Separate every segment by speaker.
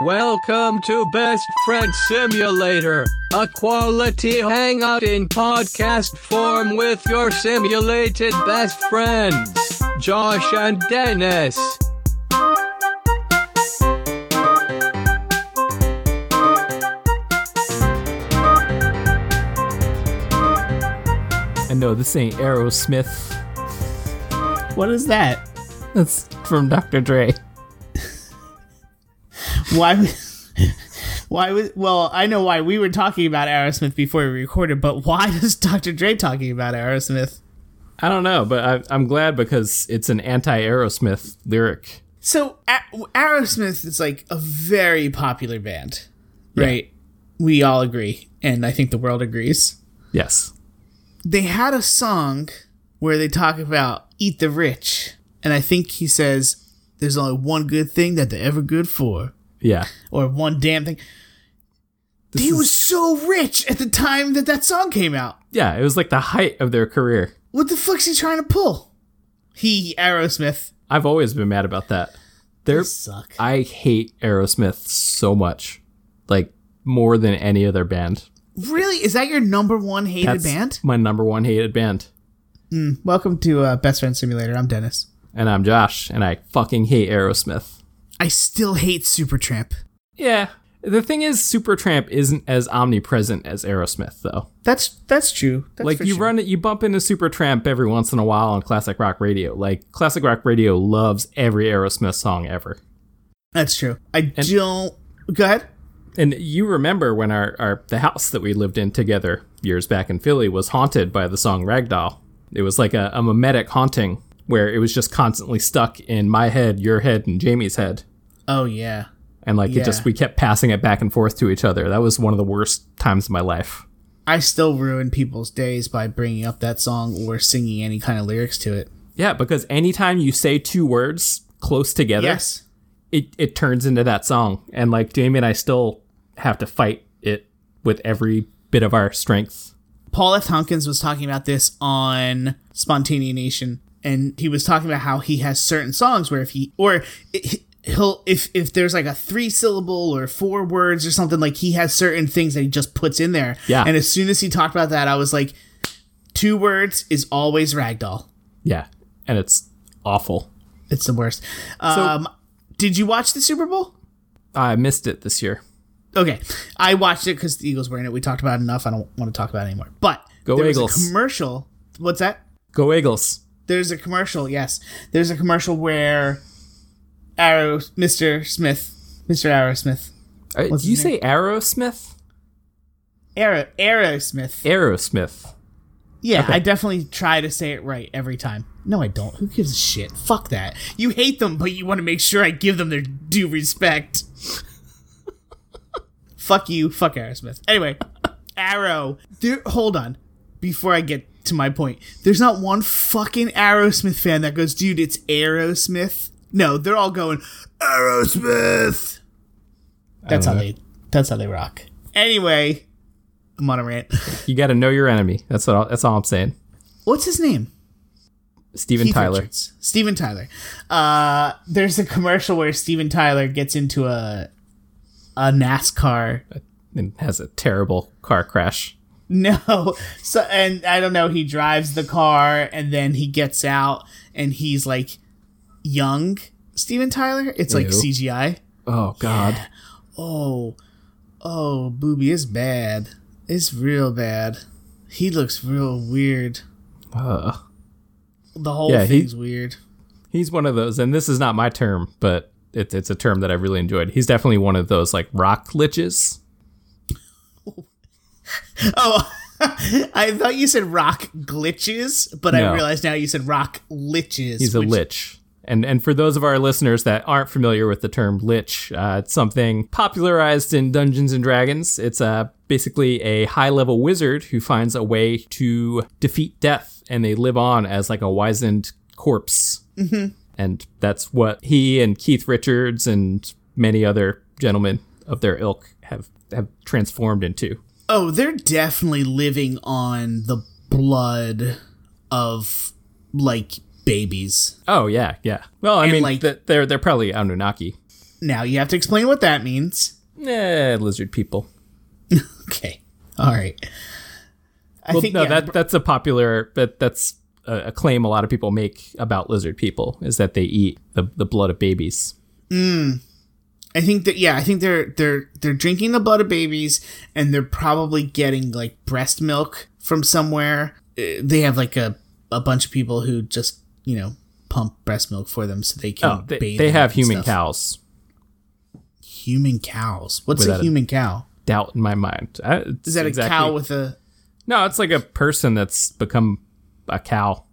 Speaker 1: Welcome to Best Friend Simulator, a quality hangout in podcast form with your simulated best friends, Josh and Dennis.
Speaker 2: And no, this ain't Aerosmith.
Speaker 3: What is that?
Speaker 2: That's from Dr. Dre.
Speaker 3: Why? w- Why was? Well, I know why we were talking about Aerosmith before we recorded, but why is Dr. Dre talking about Aerosmith?
Speaker 2: I don't know, but I, I'm glad because it's an anti Aerosmith lyric.
Speaker 3: So A- Aerosmith is like a very popular band, right? We all agree, and I think the world agrees.
Speaker 2: Yes.
Speaker 3: They had a song where they talk about eat the rich, and I think he says there's only one good thing that they're ever good for,
Speaker 2: Yeah.
Speaker 3: or one damn thing.
Speaker 2: This
Speaker 3: They
Speaker 2: is-
Speaker 3: were so rich at the time that that song came out.
Speaker 2: yeah, it was like the height of their career.
Speaker 3: What the fuck's he trying to pull? He Aerosmith.
Speaker 2: I've always been mad about that. They're,
Speaker 3: Suck.
Speaker 2: I hate Aerosmith so much, like more than any other band.
Speaker 3: Really? Is that your number one hated
Speaker 2: That's
Speaker 3: band?
Speaker 2: my number one hated band.
Speaker 3: Welcome to uh, Best Friend Simulator. I'm Dennis.
Speaker 2: And I'm Josh, and I fucking hate Aerosmith.
Speaker 3: I still hate Supertramp.
Speaker 2: Yeah. The thing is, Supertramp isn't as omnipresent as Aerosmith, though.
Speaker 3: That's that's true. That's
Speaker 2: like
Speaker 3: for
Speaker 2: you
Speaker 3: sure.
Speaker 2: run it, you bump into Supertramp every once in a while on classic rock radio. Like classic rock radio loves every Aerosmith song ever.
Speaker 3: That's true. I don't. Go ahead.
Speaker 2: And you remember when our, our the house that we lived in together years back in Philly was haunted by the song Ragdoll. It was like a, a mimetic haunting where it was just constantly stuck in my head, your head, and Jamie's head.
Speaker 3: Oh yeah.
Speaker 2: And like
Speaker 3: Yeah.
Speaker 2: it just we kept passing it back and forth to each other. That was one of the worst times of my life.
Speaker 3: I still ruin people's days by bringing up that song or singing any kind of lyrics to it.
Speaker 2: Yeah, because anytime you say two words close together,
Speaker 3: Yes.
Speaker 2: it, it turns into that song. And like Jamie and I still have to fight it with every bit of our strength.
Speaker 3: Paul F. Tompkins was talking about this on Spontanea Nation, and he was talking about how he has certain songs where if he or it, he'll if if there's like a three syllable or four words or something like he has certain things that he just puts in there.
Speaker 2: Yeah.
Speaker 3: And as soon as he talked about that, I was like, two words is always ragdoll.
Speaker 2: Yeah. And it's awful.
Speaker 3: It's the worst. Um, did you watch the Super Bowl?
Speaker 2: I missed it this year.
Speaker 3: Okay, I watched it because the Eagles were in it. We talked about it enough. I don't want to talk about it anymore. But
Speaker 2: Go
Speaker 3: there was a
Speaker 2: Eagles.
Speaker 3: commercial. What's that?
Speaker 2: Go Eagles.
Speaker 3: there's a commercial. Yes, there's a commercial where Arrow, Mister Smith, Mister Aerosmith,
Speaker 2: Uh,
Speaker 3: What's
Speaker 2: do you
Speaker 3: his
Speaker 2: say Aerosmith?
Speaker 3: Arrow, Aerosmith.
Speaker 2: Aerosmith.
Speaker 3: Yeah, I definitely try to say it right every time. No, I don't. Who gives a shit? Fuck that. You hate them, but you want to make sure I give them their due respect. fuck you. Fuck Aerosmith. Anyway, Arrow. There, hold on. Before I get to my point, there's not one fucking Aerosmith fan that goes, dude, it's Aerosmith. No, they're all going, Aerosmith. That's how they. That's how they rock. Anyway, I'm on a rant.
Speaker 2: You got to know your enemy. That's all, that's all I'm saying.
Speaker 3: What's his name?
Speaker 2: Steven
Speaker 3: Keith
Speaker 2: Tyler.
Speaker 3: Richards. Steven Tyler. Uh, there's a commercial where Steven Tyler gets into a a NASCAR.
Speaker 2: And has a terrible car crash.
Speaker 3: No, so and I don't know. He drives the car and then he gets out and he's like young Steven Tyler. It's like
Speaker 2: Ew.
Speaker 3: CGI.
Speaker 2: Oh, God.
Speaker 3: Oh, oh, booby is bad. It's real bad. He looks real weird.
Speaker 2: Uh,
Speaker 3: The whole
Speaker 2: Yeah, he-
Speaker 3: thing's weird.
Speaker 2: he's one of those, and this is not my term, but it, it's a term that I really enjoyed. He's definitely one of those like rock liches.
Speaker 3: Oh, I thought you said rock glitches, but
Speaker 2: No.
Speaker 3: I realized now you said rock liches.
Speaker 2: He's a
Speaker 3: which-
Speaker 2: lich. And and for those of our listeners that aren't familiar with the term lich, uh, it's something popularized in Dungeons and Dragons. It's uh, basically a high level wizard who finds a way to defeat death, and they live on as like a wizened corpse. Mm-hmm. And that's what he and Keith Richards and many other gentlemen of their ilk have have transformed into.
Speaker 3: Oh, they're definitely living on the blood of like babies.
Speaker 2: Oh yeah, yeah. Well, I mean,
Speaker 3: like-
Speaker 2: th- they're they're probably Anunnaki.
Speaker 3: Now you have to explain what that means.
Speaker 2: Eh, lizard people.
Speaker 3: Okay. All right. I
Speaker 2: Well,
Speaker 3: think
Speaker 2: no,
Speaker 3: yeah,
Speaker 2: that that's a popular that that's a, a claim a lot of people make about lizard people is that they eat the, the blood of babies.
Speaker 3: I think that yeah, I think they're they're they're drinking the blood of babies, and they're probably getting like breast milk from somewhere. Uh, They have like a a bunch of people who just you know pump breast milk for them so they can.
Speaker 2: Oh, they,
Speaker 3: bathe
Speaker 2: they
Speaker 3: in
Speaker 2: have
Speaker 3: it and
Speaker 2: human
Speaker 3: stuff.
Speaker 2: cows.
Speaker 3: Human cows. What's
Speaker 2: Without
Speaker 3: a
Speaker 2: a-
Speaker 3: human cow?
Speaker 2: Doubt in my mind. I,
Speaker 3: Is that a cow with a?
Speaker 2: No, it's like a person that's become a cow,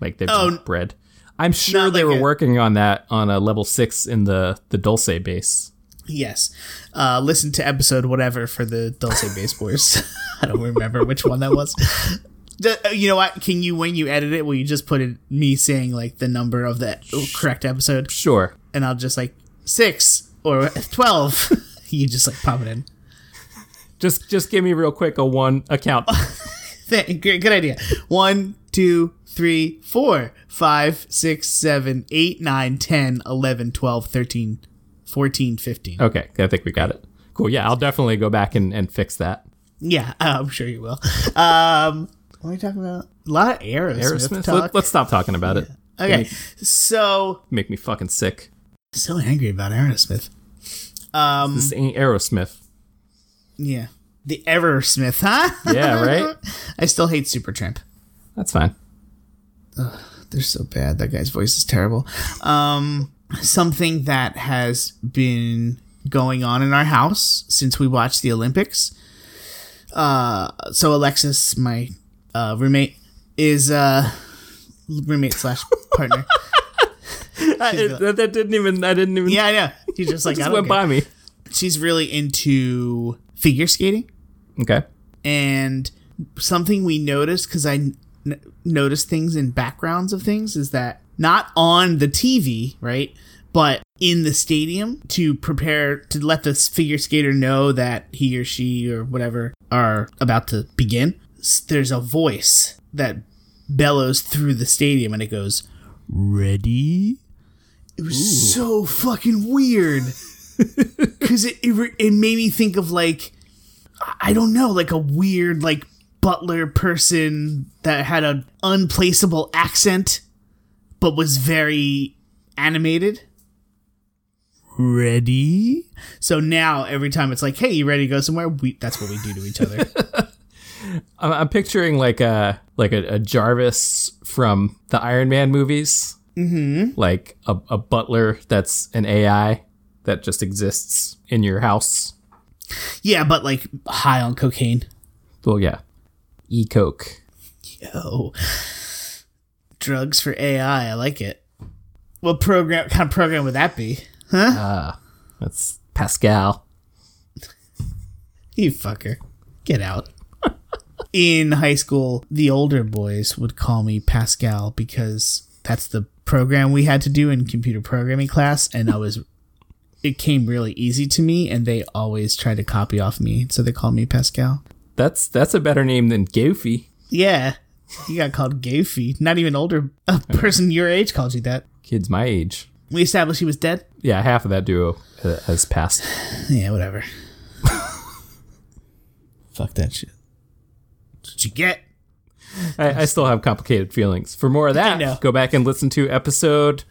Speaker 2: like they've
Speaker 3: Oh,
Speaker 2: been bred. I'm sure
Speaker 3: not
Speaker 2: they
Speaker 3: like
Speaker 2: were
Speaker 3: a-
Speaker 2: working on that on a level six in the the Dulce base.
Speaker 3: Yes. Uh, listen to episode whatever for the Dulce Bass Wars. I don't remember which one that was. The- uh, you know what? Can you, when you edit it, will you just put in me saying like the number of that correct episode?
Speaker 2: Sure.
Speaker 3: And I'll just like six or 12. you just like pop it in.
Speaker 2: Just just give me real quick a one account.
Speaker 3: Th- great, good idea. One, two, three, four, five, six, seven, eight, nine, 10, 11, 12, 13, 14, 15.
Speaker 2: Okay, I think we got it. Cool. Yeah, I'll definitely go back and, and fix that.
Speaker 3: Yeah, I'm sure you will. Um, what are you talking about? A lot of Aerosmith,
Speaker 2: Aerosmith.
Speaker 3: talk.
Speaker 2: Let, us stop talking about it.
Speaker 3: okay,
Speaker 2: Make,
Speaker 3: so
Speaker 2: make me fucking sick.
Speaker 3: so angry about Aerosmith. Um,
Speaker 2: This ain't Aerosmith.
Speaker 3: yeah, the Eversmith, huh?
Speaker 2: Yeah, right?
Speaker 3: I still hate Supertramp.
Speaker 2: That's fine.
Speaker 3: They're so bad. That guy's voice is terrible. Um, something that has been going on in our house since we watched the Olympics. Uh, so Alexis, my uh, roommate, is uh, roommate slash partner.
Speaker 2: that, that didn't even. I didn't even.
Speaker 3: Yeah, I know. He's just like
Speaker 2: just
Speaker 3: I
Speaker 2: went
Speaker 3: don't
Speaker 2: by
Speaker 3: care.
Speaker 2: me.
Speaker 3: She's really into figure skating,
Speaker 2: Okay.
Speaker 3: and something we noticed because I n- noticed things in backgrounds of things is that not on the TV, right, but in the stadium to prepare to let this figure skater know that he or she or whatever are about to begin. s- There's a voice that bellows through the stadium, and it goes, "Ready." It was so fucking weird because it it, re- it made me think of like I- I don't know, like a weird like butler person that had an unplaceable accent, but was very animated. Ready? So now every time it's like, "Hey, you ready to go somewhere?" We that's what we do to each other.
Speaker 2: I'm, I'm picturing like a like a, a Jarvis from the Iron Man movies. Mm-hmm. Like a, a butler that's an AI that just exists in your house.
Speaker 3: yeah, but like high on cocaine.
Speaker 2: Well, yeah. E Coke.
Speaker 3: Yo, Oh. drugs for AI. I like it. What program? Kind of program would that be?
Speaker 2: That's Pascal.
Speaker 3: You fucker. Get out. In high school, the older boys would call me Pascal because that's the program we had to do in computer programming class and I was it came really easy to me and they always tried to copy off me, so they called me Pascal.
Speaker 2: That's that's a better name than Goofy.
Speaker 3: Yeah. You got called Goofy. Not even older a person your age called you that.
Speaker 2: Kids my age.
Speaker 3: We established he was dead.
Speaker 2: Yeah, half of that duo uh, has passed.
Speaker 3: Yeah, whatever. Fuck that shit. That's what you get.
Speaker 2: I, I still have complicated feelings. For more of
Speaker 3: know.
Speaker 2: that, go back and listen to episode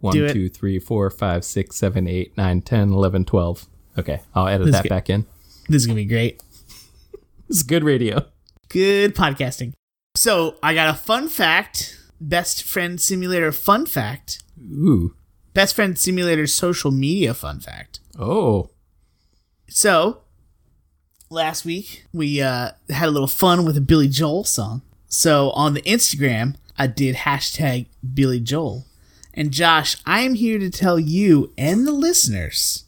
Speaker 2: one,
Speaker 3: Do it.
Speaker 2: two, three, four, five, six, seven, eight, nine, ten, eleven, twelve. Okay, I'll edit that
Speaker 3: get-
Speaker 2: back in.
Speaker 3: This is gonna be great.
Speaker 2: This is good radio.
Speaker 3: good podcasting. So I got a fun fact, best friend simulator fun fact,
Speaker 2: Ooh.
Speaker 3: best friend simulator social media fun fact.
Speaker 2: Oh.
Speaker 3: So last week we uh, had a little fun with a Billy Joel song. So on the Instagram, I did hashtag Billy Joel. And Josh, I am here to tell you and the listeners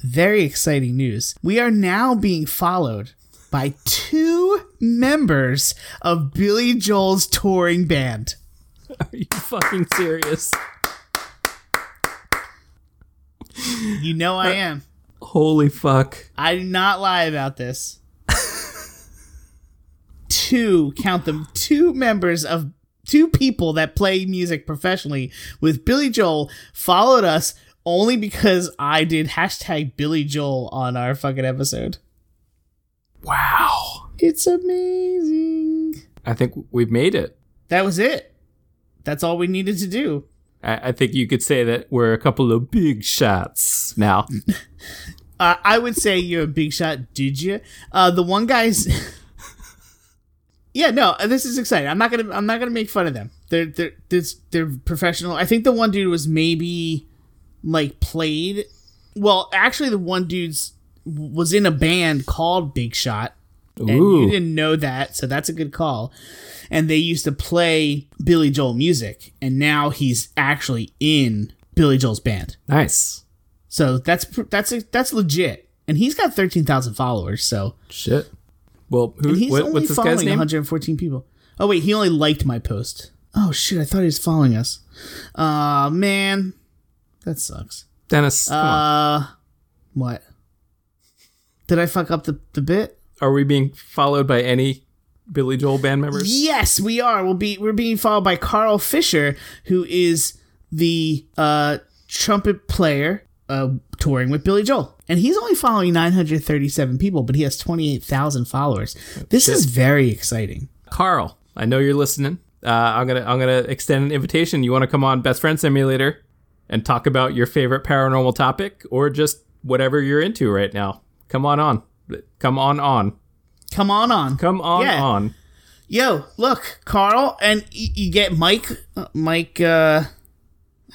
Speaker 3: very exciting news. We are now being followed by two members of Billy Joel's touring band.
Speaker 2: Are you fucking serious?
Speaker 3: You know I am.
Speaker 2: Holy fuck.
Speaker 3: I do not lie about this. two, count them, two members of two people that play music professionally with Billy Joel followed us only because I did hashtag Billy Joel on our fucking episode.
Speaker 2: Wow.
Speaker 3: It's amazing.
Speaker 2: I think we've made it.
Speaker 3: That was it. That's all we needed to do.
Speaker 2: I, I think you could say that we're a couple of big shots now.
Speaker 3: Uh, I would say you're a big shot, did you? Uh, the one guy's. yeah, no, uh, this is exciting. I'm not gonna. I'm not gonna make fun of them. They're they're they're, they're professional. I think the one dude was maybe like played. Well, actually, the one dude's was in a band called Big Shot. And you
Speaker 2: Ooh.
Speaker 3: didn't know that, so that's a good call. And they used to play Billy Joel music, and now he's actually in Billy Joel's band.
Speaker 2: Nice.
Speaker 3: So that's pr- that's a, that's legit. And he's got 13,000 followers, so
Speaker 2: Shit. Well,
Speaker 3: and
Speaker 2: who,
Speaker 3: he's
Speaker 2: what,
Speaker 3: only
Speaker 2: what's this
Speaker 3: following
Speaker 2: guy's name?
Speaker 3: 114 people. Oh wait, he only liked my post. Oh shit, I thought he was following us. Uh man. That sucks.
Speaker 2: Dennis, come on.
Speaker 3: Uh what? Did I fuck up the, the bit?
Speaker 2: Are we being followed by any Billy Joel band members?
Speaker 3: Yes, we are. We'll be we're being followed by Carl Fisher, who is the uh, trumpet player uh, touring with Billy Joel, and he's only following 937 people, but he has 28,000 followers. This is very exciting.
Speaker 2: Carl, I know you're listening. Uh, I'm gonna I'm gonna extend an invitation. You want to come on Best Friend Simulator and talk about your favorite paranormal topic or just whatever you're into right now. Come on on. Come on on.
Speaker 3: Come on, on,
Speaker 2: Come on
Speaker 3: Yeah.
Speaker 2: on.
Speaker 3: yo, look, Carl, and y- you get Mike, uh, Mike. Uh,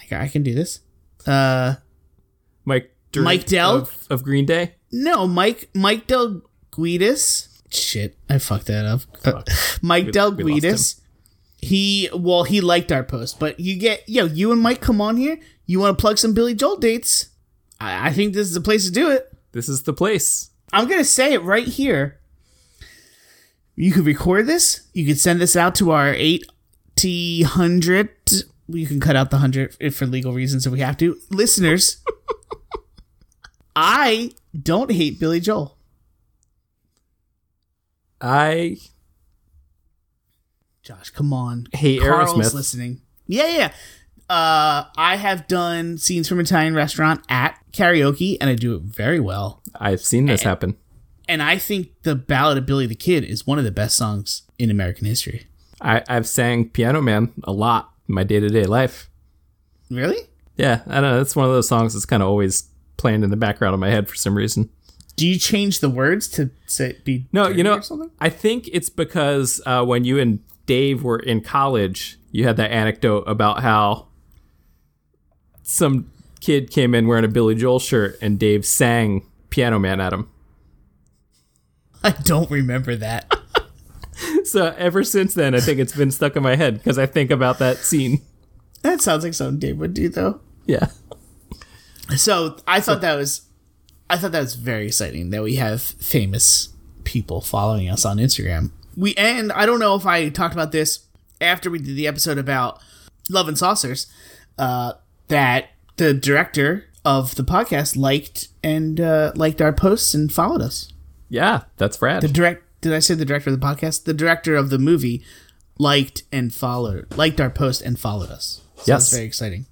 Speaker 3: I ca- I can do this. Uh,
Speaker 2: Mike Dur-
Speaker 3: Mike Dell?
Speaker 2: of, of Green Day.
Speaker 3: No, Mike Mike Del Guidis. Shit, I fucked that up. Uh, Mike Del
Speaker 2: we lost
Speaker 3: Guidis. He well, he liked our post, but you get yo, you and Mike come on here. You want to plug some Billy Joel dates? I, I think this is the place to do it.
Speaker 2: This is the place.
Speaker 3: I'm gonna say it right here. You could record this. You could send this out to our eighty hundred. You can cut out the hundred if for legal reasons if we have to. Listeners, I don't hate Billy Joel.
Speaker 2: I
Speaker 3: Josh, come on.
Speaker 2: Hey,
Speaker 3: Carl's
Speaker 2: Aerosmith.
Speaker 3: listening. Yeah, yeah. yeah. Uh, I have done scenes from Italian restaurant at karaoke, and I do it very well.
Speaker 2: I've seen
Speaker 3: Eh.
Speaker 2: this happen.
Speaker 3: And I think the Ballad of Billy the Kid is one of the best songs in American history.
Speaker 2: I, I've sang Piano Man a lot in my day to day life.
Speaker 3: Really?
Speaker 2: Yeah, I don't know. That's one of those songs that's kind of always playing in the background of my head for some reason.
Speaker 3: Do you change the words to say be
Speaker 2: No,
Speaker 3: dirty
Speaker 2: you know,
Speaker 3: or something?
Speaker 2: I think it's because uh, when you and Dave were in college, you had that anecdote about how some kid came in wearing a Billy Joel shirt and Dave sang Piano Man at him.
Speaker 3: I don't remember that.
Speaker 2: So ever since then, I think it's been stuck in my head because I think about that scene.
Speaker 3: that sounds like something Dave would do, though.
Speaker 2: Yeah.
Speaker 3: So I thought that was, I thought that was very exciting that we have famous people following us on Instagram. We and I don't know if I talked about this after we did the episode about Love and Saucers, uh, that the director of the podcast liked and uh, liked our posts and followed us.
Speaker 2: Yeah, that's rad.
Speaker 3: The direct did I say the director of the podcast? The director of the movie liked and followed liked our post and followed us. So
Speaker 2: Yes.
Speaker 3: that's very exciting.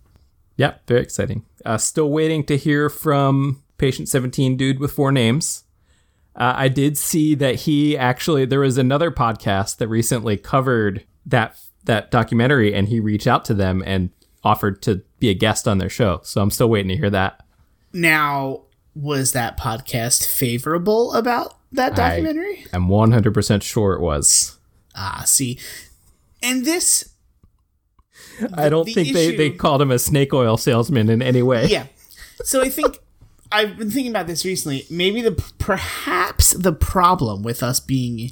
Speaker 2: Yeah, very exciting. Uh, still waiting to hear from patient 17 dude with four names. Uh, I did see that he actually there was another podcast that recently covered that that documentary and he reached out to them and offered to be a guest on their show. So I'm still waiting to hear that.
Speaker 3: Now, was that podcast favorable about that documentary?
Speaker 2: I'm 100% sure it was.
Speaker 3: ah, see. And this,
Speaker 2: I don't
Speaker 3: the
Speaker 2: think they,
Speaker 3: issue-
Speaker 2: they called him a snake oil salesman in any way.
Speaker 3: yeah. So I think I've been thinking about this recently. Maybe the perhaps the problem with us being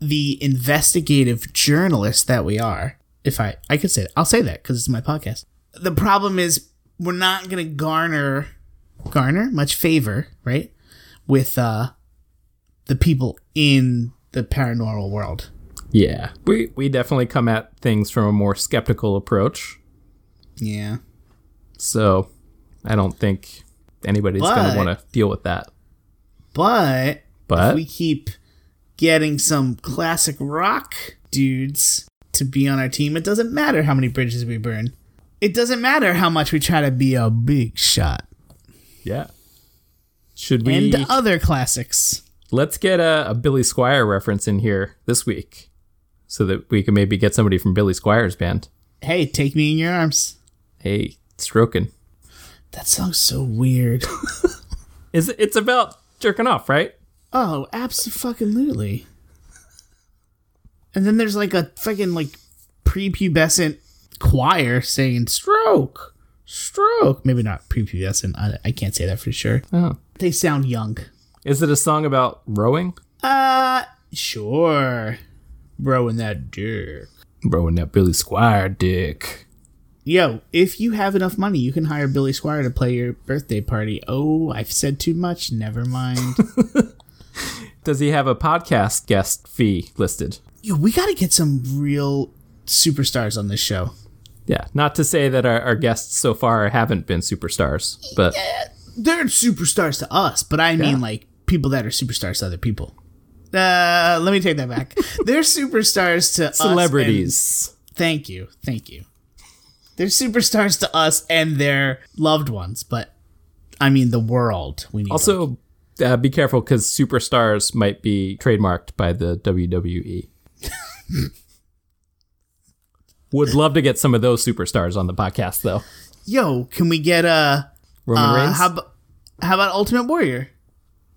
Speaker 3: the investigative journalists that we are, if I I could say that, I'll say that because it's my podcast. The problem is we're not going to garner garner much favor, right? With uh the people in the paranormal world.
Speaker 2: Yeah. We we definitely come at things from a more skeptical approach.
Speaker 3: Yeah.
Speaker 2: So I don't think anybody's going
Speaker 3: But-
Speaker 2: to want to deal with that.
Speaker 3: But
Speaker 2: But
Speaker 3: if we keep getting some classic rock dudes to be on our team, it doesn't matter how many bridges we burn. It doesn't matter how much we try to be a big shot.
Speaker 2: Yeah. Should we?
Speaker 3: And uh, other classics.
Speaker 2: let's get a, a Billy Squire reference in here this week, so that we can maybe get somebody from Billy Squire's band.
Speaker 3: Hey, take me in your arms.
Speaker 2: Hey, stroking.
Speaker 3: That song's so weird.
Speaker 2: Is it- it's about jerking off, right?
Speaker 3: Oh, absolutely. And then there's like a fucking like prepubescent choir saying stroke, stroke. Maybe not prepubescent. I, I can't say that for sure.
Speaker 2: Oh.
Speaker 3: They sound young.
Speaker 2: Is it a song about rowing?
Speaker 3: Uh, sure. Bro, and that dick.
Speaker 2: Rowing that Billy Squire dick.
Speaker 3: Yo, if you have enough money, you can hire Billy Squire to play your birthday party. Oh, I've said too much. Never mind.
Speaker 2: Does he have a podcast guest fee listed?
Speaker 3: Yo, we got to get some real superstars on this show.
Speaker 2: Yeah, not to say that our, our guests so far haven't been superstars, but
Speaker 3: they're superstars to us, but I mean like people that are superstars to other people. Uh, let me take that back. they're superstars to us and-
Speaker 2: celebrities.
Speaker 3: thank you, thank you. They're superstars to us and their loved ones, but I mean the world. We need like-
Speaker 2: Also, uh, be careful because superstars might be trademarked by the E. WWE. Would love to get some of those superstars on the podcast, though.
Speaker 3: yo, can we get a
Speaker 2: Roman
Speaker 3: uh,
Speaker 2: Reigns.
Speaker 3: how, ab- how about Ultimate Warrior?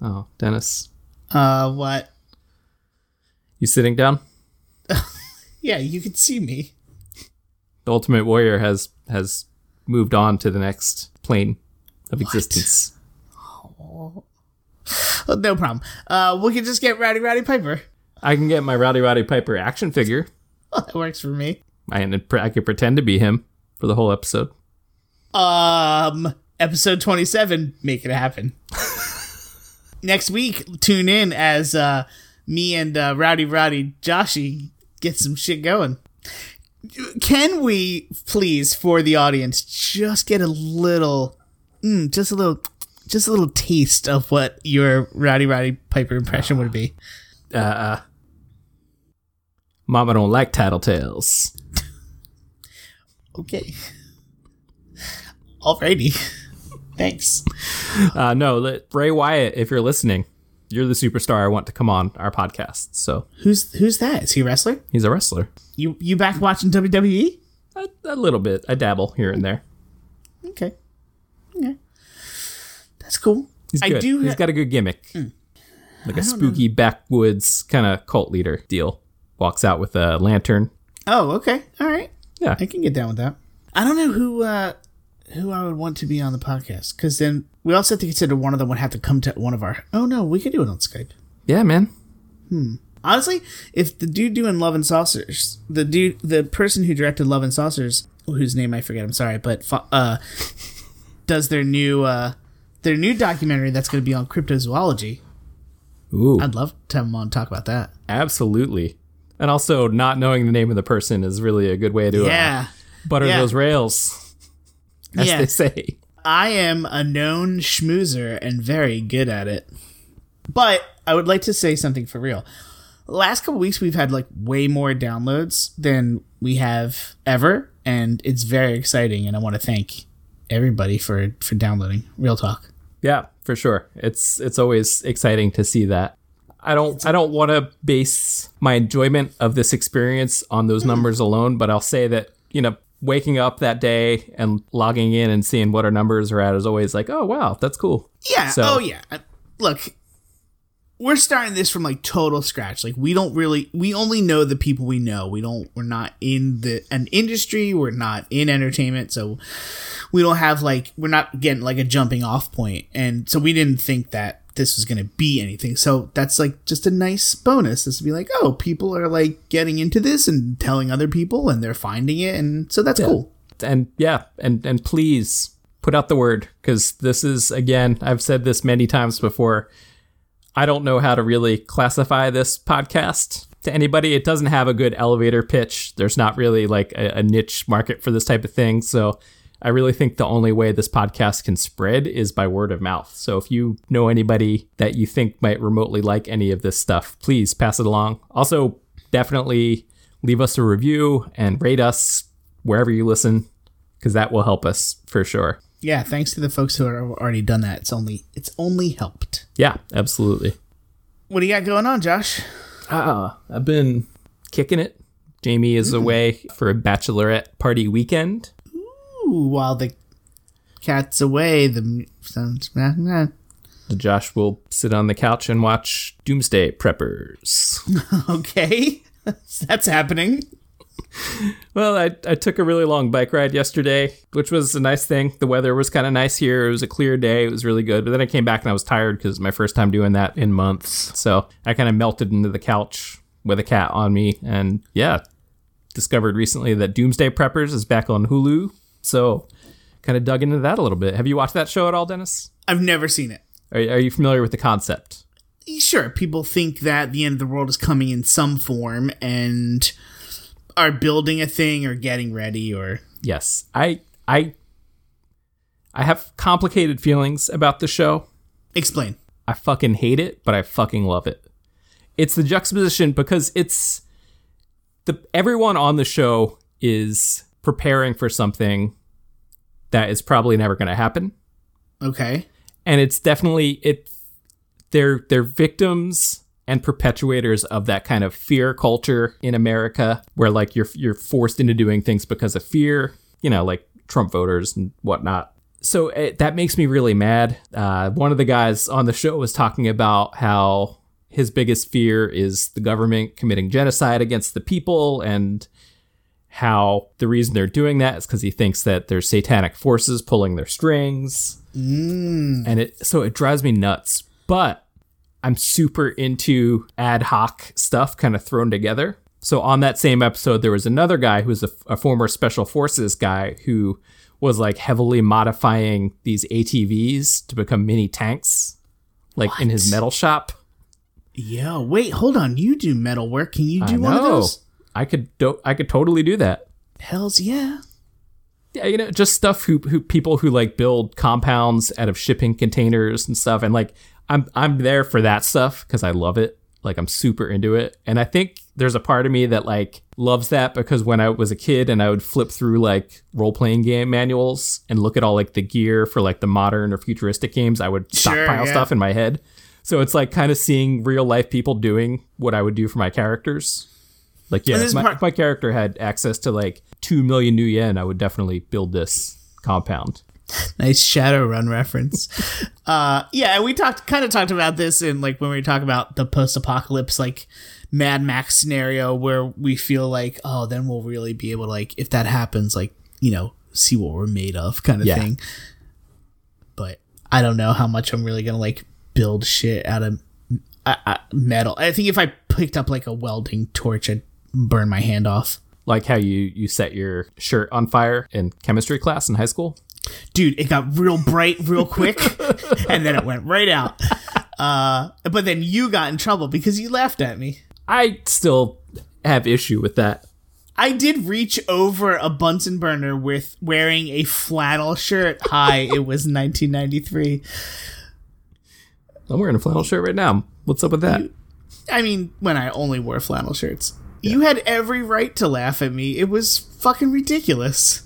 Speaker 2: oh, Dennis,
Speaker 3: Uh, what?
Speaker 2: you sitting down?
Speaker 3: Yeah, you can see me.
Speaker 2: The Ultimate Warrior has has moved on to the next plane of existence.
Speaker 3: Oh, no problem. Uh, we can just get Rowdy Rowdy Piper.
Speaker 2: I can get my Rowdy Roddy Piper action figure.
Speaker 3: that works for me.
Speaker 2: I can pre- I could pretend to be him for the whole episode.
Speaker 3: um episode 27 make it happen next week tune in as uh me and uh, rowdy rowdy joshy get some shit going can we please for the audience just get a little mm, just a little just a little taste of what your rowdy rowdy piper impression would be
Speaker 2: Uh, Mama don't like tattletales.
Speaker 3: okay alrighty thanks
Speaker 2: Uh, no, let, Ray Wyatt, if you're listening, you're the superstar I want to come on our podcast. So
Speaker 3: who's who's that is he a wrestler
Speaker 2: he's a wrestler.
Speaker 3: you you back watching E? wwe
Speaker 2: A, a little bit. I dabble here and there.
Speaker 3: Okay. Yeah. That's cool.
Speaker 2: He's
Speaker 3: I
Speaker 2: good.
Speaker 3: do
Speaker 2: he's
Speaker 3: ha- Hmm.
Speaker 2: got a good gimmick. Like a spooky backwoods kind of cult leader deal. Walks out with a lantern.
Speaker 3: Oh, okay. All right.
Speaker 2: Yeah.
Speaker 3: I can get down with that. I don't know who uh who I would want to be on the podcast cuz then we also have to consider one of them would have to come to one of our Oh no, we could do it on Skype.
Speaker 2: Yeah, man.
Speaker 3: Honestly, if the dude doing Love and Saucers, the dude the person who directed Love and Saucers, whose name I forget, I'm sorry, but fo- uh does their new uh their new documentary that's going to be on cryptozoology.
Speaker 2: Ooh.
Speaker 3: I'd love to have him on and talk about that.
Speaker 2: absolutely. And also, not knowing the name of the person is really a good way to uh,
Speaker 3: Yeah.
Speaker 2: butter
Speaker 3: Yeah.
Speaker 2: those rails, as
Speaker 3: yeah.
Speaker 2: they say.
Speaker 3: I am a known schmoozer and very good at it. But I would like to say something for real. Last couple weeks we've had like way more downloads than we have ever, and it's very exciting. And I want to thank everybody for for downloading. Real talk.
Speaker 2: Yeah, for sure. It's it's always exciting to see that. I don't I don't want to base my enjoyment of this experience on those numbers alone, but I'll say that, you know, waking up that day and logging in and seeing what our numbers are at is always like, "Oh, wow, that's cool."
Speaker 3: Yeah.
Speaker 2: So-
Speaker 3: oh yeah. Uh, Look, we're starting this from like total scratch. Like we don't really we only know the people we know. We don't we're not in the an industry, we're not in entertainment, so we don't have like we're not getting like a jumping off point. And so we didn't think that this was going to be anything. So that's like just a nice bonus. This would be like, "Oh, people are like getting into this and telling other people and they're finding it." And so that's cool.
Speaker 2: And yeah, and and please put out the word cuz this is again, I've said this many times before. I don't know how to really classify this podcast to anybody. It doesn't have a good elevator pitch. There's not really like a, a niche market for this type of thing. So I really think the only way this podcast can spread is by word of mouth. So if you know anybody that you think might remotely like any of this stuff, please pass it along. Also, definitely leave us a review and rate us wherever you listen because that will help us for sure.
Speaker 3: Yeah, thanks to the folks who have already done that. It's only it's only helped.
Speaker 2: Yeah, absolutely.
Speaker 3: What do you got going on, Josh?
Speaker 2: Ah, I've been kicking it. Jamie is away for a bachelorette party weekend.
Speaker 3: Ooh, while the cat's away, the m- sounds. nah, nah.
Speaker 2: Josh will sit on the couch and watch Doomsday Preppers.
Speaker 3: Okay, that's happening.
Speaker 2: Well, I, I took a really long bike ride yesterday, which was a nice thing. The weather was kind of nice here. It was a clear day. It was really good. But then I came back and I was tired because my first time doing that in months. So I kind of melted into the couch with a cat on me. And yeah, discovered recently that Doomsday Preppers is back on Hulu. So kind of dug into that a little bit. Have you watched that show at all, Dennis?
Speaker 3: I've never seen it.
Speaker 2: Are, are you familiar with the concept?
Speaker 3: Sure, people think that the end of the world is coming in some form and are building a thing or getting ready or
Speaker 2: Yes. I, I, I have complicated feelings about the show.
Speaker 3: explain.
Speaker 2: I fucking hate it, but I fucking love it. It's the juxtaposition because it's the everyone on the show is preparing for something that is probably never going to happen,
Speaker 3: Okay.
Speaker 2: and it's definitely it. They're they're victims and perpetuators of that kind of fear culture in America, where like you're you're forced into doing things because of fear. You know, like Trump voters and whatnot so it, that makes me really mad. Uh, one of the guys on the show was talking about how his biggest fear is the government committing genocide against the people and how the reason they're doing that is because he thinks that there's satanic forces pulling their strings and it so it drives me nuts but i'm super into ad hoc stuff kind of thrown together so on that same episode there was another guy who was a, a former special forces guy who was like heavily modifying these atvs to become mini tanks like in his metal shop
Speaker 3: Yeah, wait, hold on. You do metal work. Can you do
Speaker 2: I
Speaker 3: one of
Speaker 2: know.
Speaker 3: those?
Speaker 2: i could do- i could totally do that
Speaker 3: Hells yeah.
Speaker 2: yeah, you know, just stuff who who people who like build compounds out of shipping containers and stuff. And like, I'm I'm there for that stuff because I love it. Like, I'm super into it. And I think there's a part of me that like loves that because when I was a kid and I would flip through like role playing game manuals and look at all like the gear for like the modern or futuristic games, I would
Speaker 3: Sure,
Speaker 2: stockpile
Speaker 3: yeah.
Speaker 2: stuff in my head. So it's like kind of seeing real life people doing what I would do for my characters. Like, yeah,
Speaker 3: And
Speaker 2: if
Speaker 3: this
Speaker 2: my,
Speaker 3: part-
Speaker 2: if my character had access to like two million new yen, I would definitely build this compound.
Speaker 3: Nice Shadowrun reference. uh, yeah, and we talked kind of talked about this in like when we were talking about the post-apocalypse like Mad Max scenario where we feel like oh then we'll really be able to like if that happens like you know see what we're made of kind of
Speaker 2: Yeah.
Speaker 3: thing. But I don't know how much I'm really gonna like build shit out of uh, uh, metal. I think if I picked up like a welding torch, I'd burn my hand off.
Speaker 2: Like how you you set your shirt on fire in chemistry class in high school.
Speaker 3: dude, it got real bright real quick, and then it went right out. Uh, but then you got in trouble because you laughed at me.
Speaker 2: I still have issue with that.
Speaker 3: I did reach over a Bunsen burner with wearing a flannel shirt. Hi, it was 1993.
Speaker 2: I'm wearing a flannel shirt right now. What's up with that?
Speaker 3: I mean, when I only wore flannel shirts. You had every right to laugh at me. It was fucking ridiculous.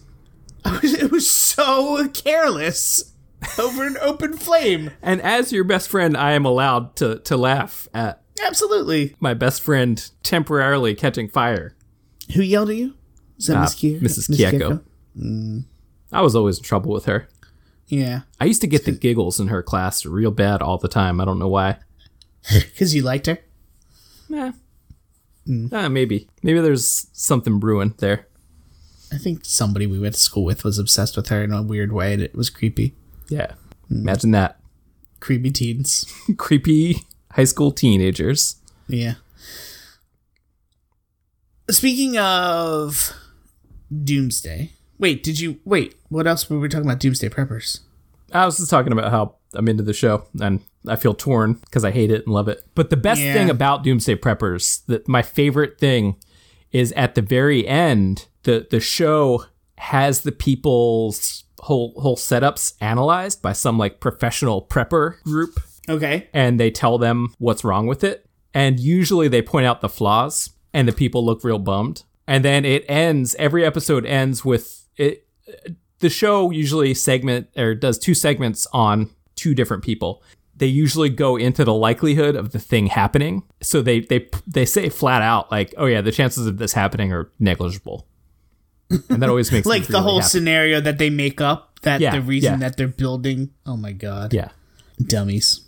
Speaker 3: I was, it was so careless over an open flame.
Speaker 2: And as your best friend, I am allowed to to laugh at
Speaker 3: Absolutely.
Speaker 2: my best friend temporarily catching fire.
Speaker 3: Who yelled at you? Is that
Speaker 2: Uh,
Speaker 3: Miss Kier-
Speaker 2: Mrs. Kieko. I was always in trouble with her.
Speaker 3: Yeah.
Speaker 2: I used to get the giggles in her class real bad all the time. I don't know why.
Speaker 3: Because you liked her?
Speaker 2: Nah. Ah, maybe. Maybe there's something brewing there.
Speaker 3: I think somebody we went to school with was obsessed with her in a weird way, and it was creepy.
Speaker 2: Yeah. Imagine that.
Speaker 3: Creepy teens.
Speaker 2: Creepy high school teenagers.
Speaker 3: Yeah. Speaking of Doomsday. Wait, did you. Wait, what else were we talking about? Doomsday Preppers.
Speaker 2: I was just talking about how I'm into the show and I feel torn because I hate it and love it. But the best
Speaker 3: Yeah.
Speaker 2: thing about Doomsday Preppers, that my favorite thing, is at the very end, the the show has the people's whole whole setups analyzed by some like professional prepper group
Speaker 3: Okay.
Speaker 2: and they tell them what's wrong with it. And usually they point out the flaws, and the people look real bummed. And then it ends, every episode ends with it. the show usually segment or does two segments on two different people. They usually go into the likelihood of the thing happening. So they they they say flat out like, "Oh yeah, the chances of this happening are negligible." And that always makes me
Speaker 3: like the
Speaker 2: really
Speaker 3: whole
Speaker 2: happy.
Speaker 3: scenario that they make up that
Speaker 2: Yeah,
Speaker 3: the reason
Speaker 2: yeah.
Speaker 3: that they're building oh my god
Speaker 2: Yeah.
Speaker 3: dummies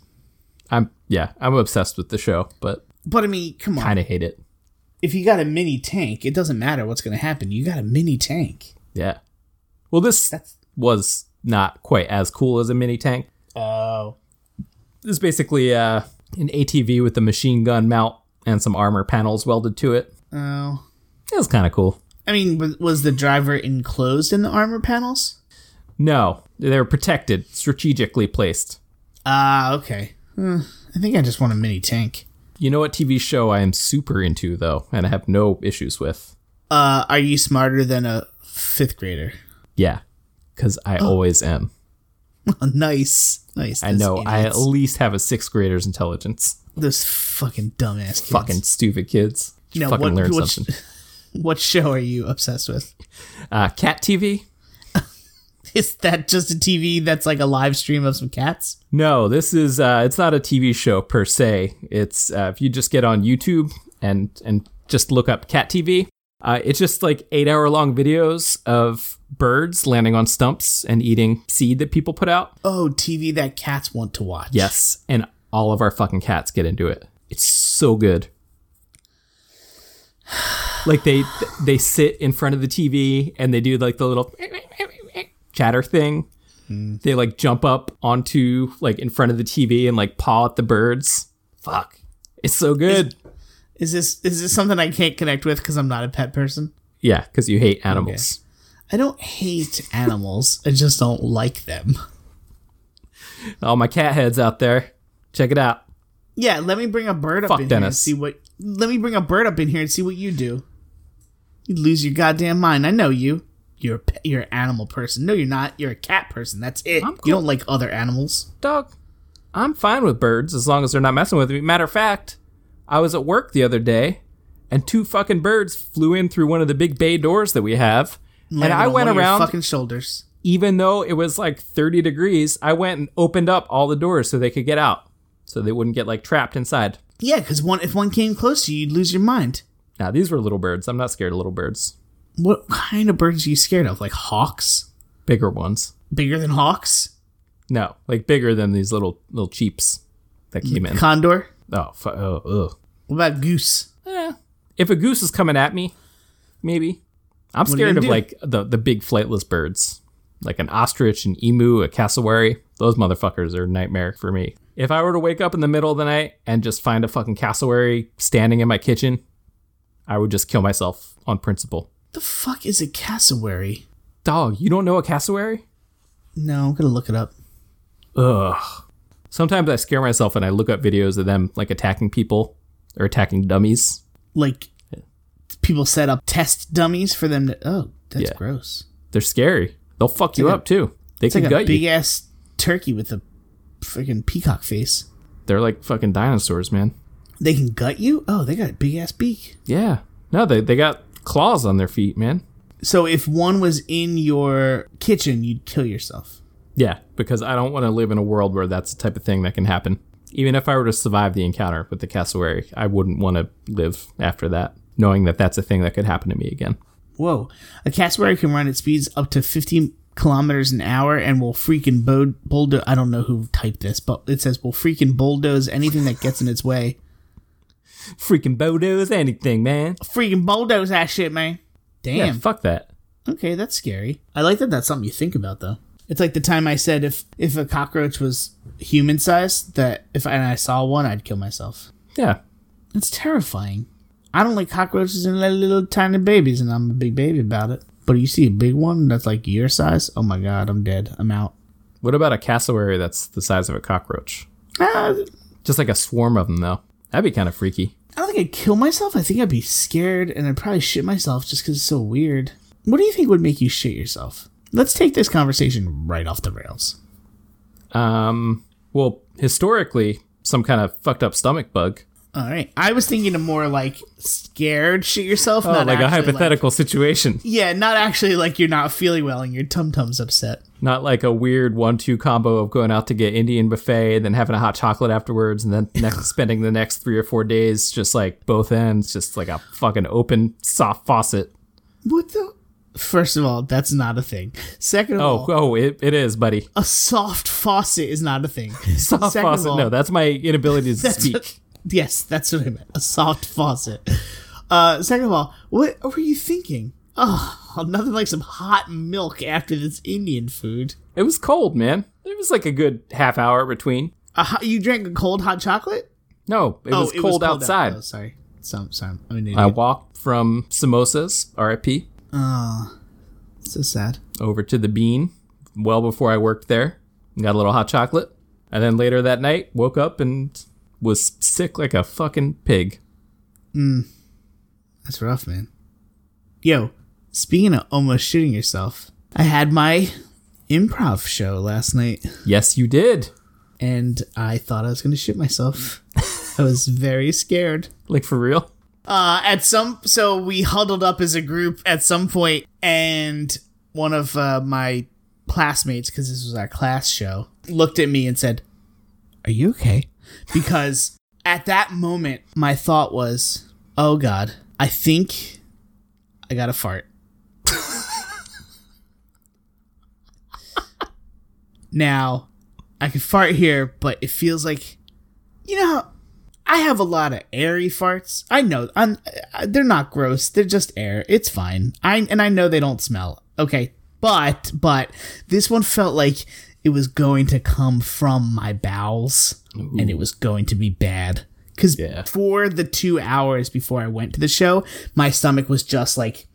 Speaker 2: I'm yeah, I'm obsessed with the show, but
Speaker 3: but i mean come on
Speaker 2: kind of hate it.
Speaker 3: if you got a mini tank it doesn't matter what's going to happen you got a mini tank
Speaker 2: Yeah. Well, this
Speaker 3: that's
Speaker 2: was not quite as cool as a mini tank.
Speaker 3: oh
Speaker 2: This is basically uh, an ATV with a machine gun mount and some armor panels welded to it.
Speaker 3: oh
Speaker 2: It was kind of cool.
Speaker 3: i mean was, was the driver enclosed in the armor panels
Speaker 2: No, they were protected, strategically placed.
Speaker 3: ah okay Hmm, i think i just want a mini tank
Speaker 2: You know what TV show I am super into though, and I have no issues with?
Speaker 3: uh are you smarter than a fifth grader
Speaker 2: Yeah, because I always am.
Speaker 3: nice nice
Speaker 2: I
Speaker 3: those
Speaker 2: know I at
Speaker 3: idiots.
Speaker 2: least have a sixth grader's intelligence.
Speaker 3: those fucking dumbass kids.
Speaker 2: Fucking stupid kids. Should
Speaker 3: No,
Speaker 2: fucking
Speaker 3: what-
Speaker 2: learn
Speaker 3: what-
Speaker 2: something.
Speaker 3: what show are you obsessed with
Speaker 2: Uh, cat TV?
Speaker 3: Is that just a TV that's like a live stream of some cats?
Speaker 2: No, this is uh, it's not a TV show per se. It's uh, if you just get on YouTube and and just look up cat TV. Uh, it's just like eight hour long videos of birds landing on stumps and eating seed that people put out.
Speaker 3: Oh, TV that cats want to watch.
Speaker 2: Yes, and all of our fucking cats get into it. It's so good. Like they they sit in front of the TV and they do like the little chatter thing. They like jump up onto like in front of the TV and like paw at the birds. Fuck. It's so good.
Speaker 3: Is this is this something I can't connect with because I'm not a pet person?
Speaker 2: yeah, cuz you hate animals.
Speaker 3: I don't hate animals. I just don't like them.
Speaker 2: All my cat heads out there. Check it out.
Speaker 3: Yeah, let me bring a bird up
Speaker 2: Fuck
Speaker 3: in here and
Speaker 2: Dennis.
Speaker 3: see what. Let me bring a bird up in here and see what you do. You lose your goddamn mind. I know you. You're a pet, you're an animal person. No, you're not. You're a cat person. That's it.
Speaker 2: I'm
Speaker 3: You don't like other animals.
Speaker 2: dog, I'm fine with birds as long as they're not messing with me. Matter of fact, I was at work the other day and two fucking birds flew in through one of the big bay doors that we have. and
Speaker 3: Landed
Speaker 2: I went
Speaker 3: on one of your
Speaker 2: around,
Speaker 3: fucking shoulders.
Speaker 2: even though it was like 30 degrees, I went and opened up all the doors so they could get out, so they wouldn't get like trapped inside.
Speaker 3: Yeah, because one if one came close to you, you'd lose your mind.
Speaker 2: Now, these were little birds. I'm not scared of little birds,
Speaker 3: What kind of birds are you scared of? Like hawks?
Speaker 2: bigger ones.
Speaker 3: Bigger than hawks?
Speaker 2: No, like bigger than these little little cheeps that came in.
Speaker 3: Condor?
Speaker 2: Oh, fu- oh, ugh.
Speaker 3: What about goose?
Speaker 2: if a goose is coming at me, maybe. I'm
Speaker 3: are you
Speaker 2: scared
Speaker 3: gonna
Speaker 2: of
Speaker 3: do?
Speaker 2: like the, the big flightless birds, like an ostrich, an emu, a cassowary. Those motherfuckers are a nightmare for me. If I were to wake up in the middle of the night and just find a fucking cassowary standing in my kitchen, I would just kill myself on principle.
Speaker 3: The fuck is a cassowary?
Speaker 2: Dog, you don't know a cassowary?
Speaker 3: No, I'm gonna look it up.
Speaker 2: Ugh. Sometimes I scare myself and I look up videos of them like attacking people or attacking dummies.
Speaker 3: Like people set up test dummies for them to oh, that's
Speaker 2: Yeah.
Speaker 3: gross.
Speaker 2: They're scary. They'll fuck you
Speaker 3: like a-
Speaker 2: up too. They
Speaker 3: It's
Speaker 2: can
Speaker 3: like a
Speaker 2: gut you.
Speaker 3: big ass turkey with a freaking peacock face.
Speaker 2: They're like fucking dinosaurs, man.
Speaker 3: They can gut you? Oh, they got a big ass beak.
Speaker 2: Yeah. No, they, they got claws on their feet, man.
Speaker 3: So if one was in your kitchen, you'd kill yourself.
Speaker 2: Yeah, because I don't want to live in a world where that's the type of thing that can happen. Even if I were to survive the encounter with the cassowary, I wouldn't want to live after that, knowing that that's a thing that could happen to me again.
Speaker 3: Whoa. A cassowary can run at speeds up to 50 kilometers an hour and will freaking bo- bulldoze. I don't know who typed this, but it says will freaking bulldoze anything that gets in its way.
Speaker 2: Freaking Bodo is anything, man.
Speaker 3: Freaking bulldoze that shit, man.
Speaker 2: Yeah,
Speaker 3: Damn.
Speaker 2: fuck that.
Speaker 3: okay, that's scary. I like that that's something you think about, though. It's like the time I said if if a cockroach was human sized, that if I, and I saw one, I'd kill myself.
Speaker 2: Yeah.
Speaker 3: That's terrifying. I don't like cockroaches and their little tiny babies, and I'm a big baby about it. But you see a big one that's like your size, oh my god, I'm dead. I'm out.
Speaker 2: What about a cassowary that's the size of a cockroach?
Speaker 3: Ah,
Speaker 2: Just like a swarm of them, though. That'd be kind of freaky.
Speaker 3: I don't think I'd kill myself. I think I'd be scared and I'd probably shit myself just because it's so weird. What do you think would make you shit yourself? Let's take this conversation right off the rails.
Speaker 2: Um, well, historically, some kind of fucked up stomach bug.
Speaker 3: All right. I was thinking of more like scared shit yourself.
Speaker 2: Oh,
Speaker 3: not
Speaker 2: like a
Speaker 3: actually,
Speaker 2: hypothetical situation,
Speaker 3: yeah, not actually like you're not feeling well and your tum tum's upset.
Speaker 2: not like a weird one-two combo of going out to get Indian buffet and then having a hot chocolate afterwards, and then next, spending the next three or four days just like both ends, just like a fucking open soft faucet.
Speaker 3: What the? First of all, that's not a thing. Second of
Speaker 2: Oh,
Speaker 3: all,
Speaker 2: oh, it, it is, buddy.
Speaker 3: a soft faucet is not a thing.
Speaker 2: Soft
Speaker 3: Second of
Speaker 2: faucet.
Speaker 3: all-
Speaker 2: no, that's my inability to
Speaker 3: That's
Speaker 2: speak.
Speaker 3: a- yes, that's what I meant. A soft faucet. Uh, second of all, what were you thinking? Oh, nothing like some hot milk after this Indian food.
Speaker 2: It was cold, man. It was like a good half hour between.
Speaker 3: A hot, you drank a cold hot chocolate?
Speaker 2: No, Oh, it was
Speaker 3: it
Speaker 2: cold
Speaker 3: out.
Speaker 2: outside.
Speaker 3: Oh, sorry. Some, sorry. I'm an
Speaker 2: I
Speaker 3: idiot.
Speaker 2: walked from samosas, RIP,
Speaker 3: so sad.
Speaker 2: over to the bean well before I worked there. Got a little hot chocolate. And then later that night, woke up and was sick like a fucking pig.
Speaker 3: That's rough, man. Yo, speaking of almost shooting yourself, I had my improv show last night
Speaker 2: Yes, you did.
Speaker 3: and I thought I was going to shit myself. I was very scared.
Speaker 2: Like for real.
Speaker 3: uh, at some so we huddled up as a group at some point and one of uh, my classmates because this was our class show looked at me and said are you okay because at that moment my thought was oh god i think i got a fart now i can fart here but it feels like you know how I have a lot of airy farts. I know I'm, uh, they're not gross. They're just air. It's fine. I and I know they don't smell. Okay, but but this one felt like it was going to come from my bowels, and it was going to be bad. Because
Speaker 2: Yeah.
Speaker 3: for the two hours before I went to the show, my stomach was just like